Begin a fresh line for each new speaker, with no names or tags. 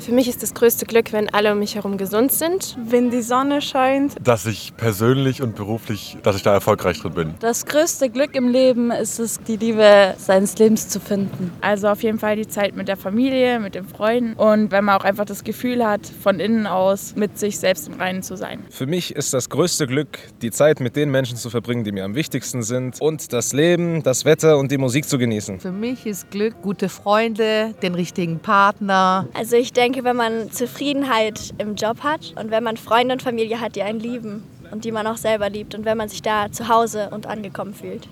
Für mich ist das größte Glück, wenn alle um mich herum gesund sind.
Wenn die Sonne scheint.
Dass ich persönlich und beruflich, dass ich da erfolgreich drin bin.
Das größte Glück im Leben ist es, die Liebe seines Lebens zu finden.
Also auf jeden Fall die Zeit mit der Familie, mit den Freunden und wenn man auch einfach das Gefühl hat, von innen aus mit sich selbst im Reinen zu sein.
Für mich ist das größte Glück, die Zeit mit den Menschen zu verbringen, die mir am wichtigsten sind und das Leben, das Wetter und die Musik zu genießen.
Für mich ist Glück gute Freunde, den richtigen Partner.
Also ich denke, wenn man Zufriedenheit im Job hat und wenn man Freunde und Familie hat, die einen lieben und die man auch selber liebt und wenn man sich da zu Hause und angekommen fühlt.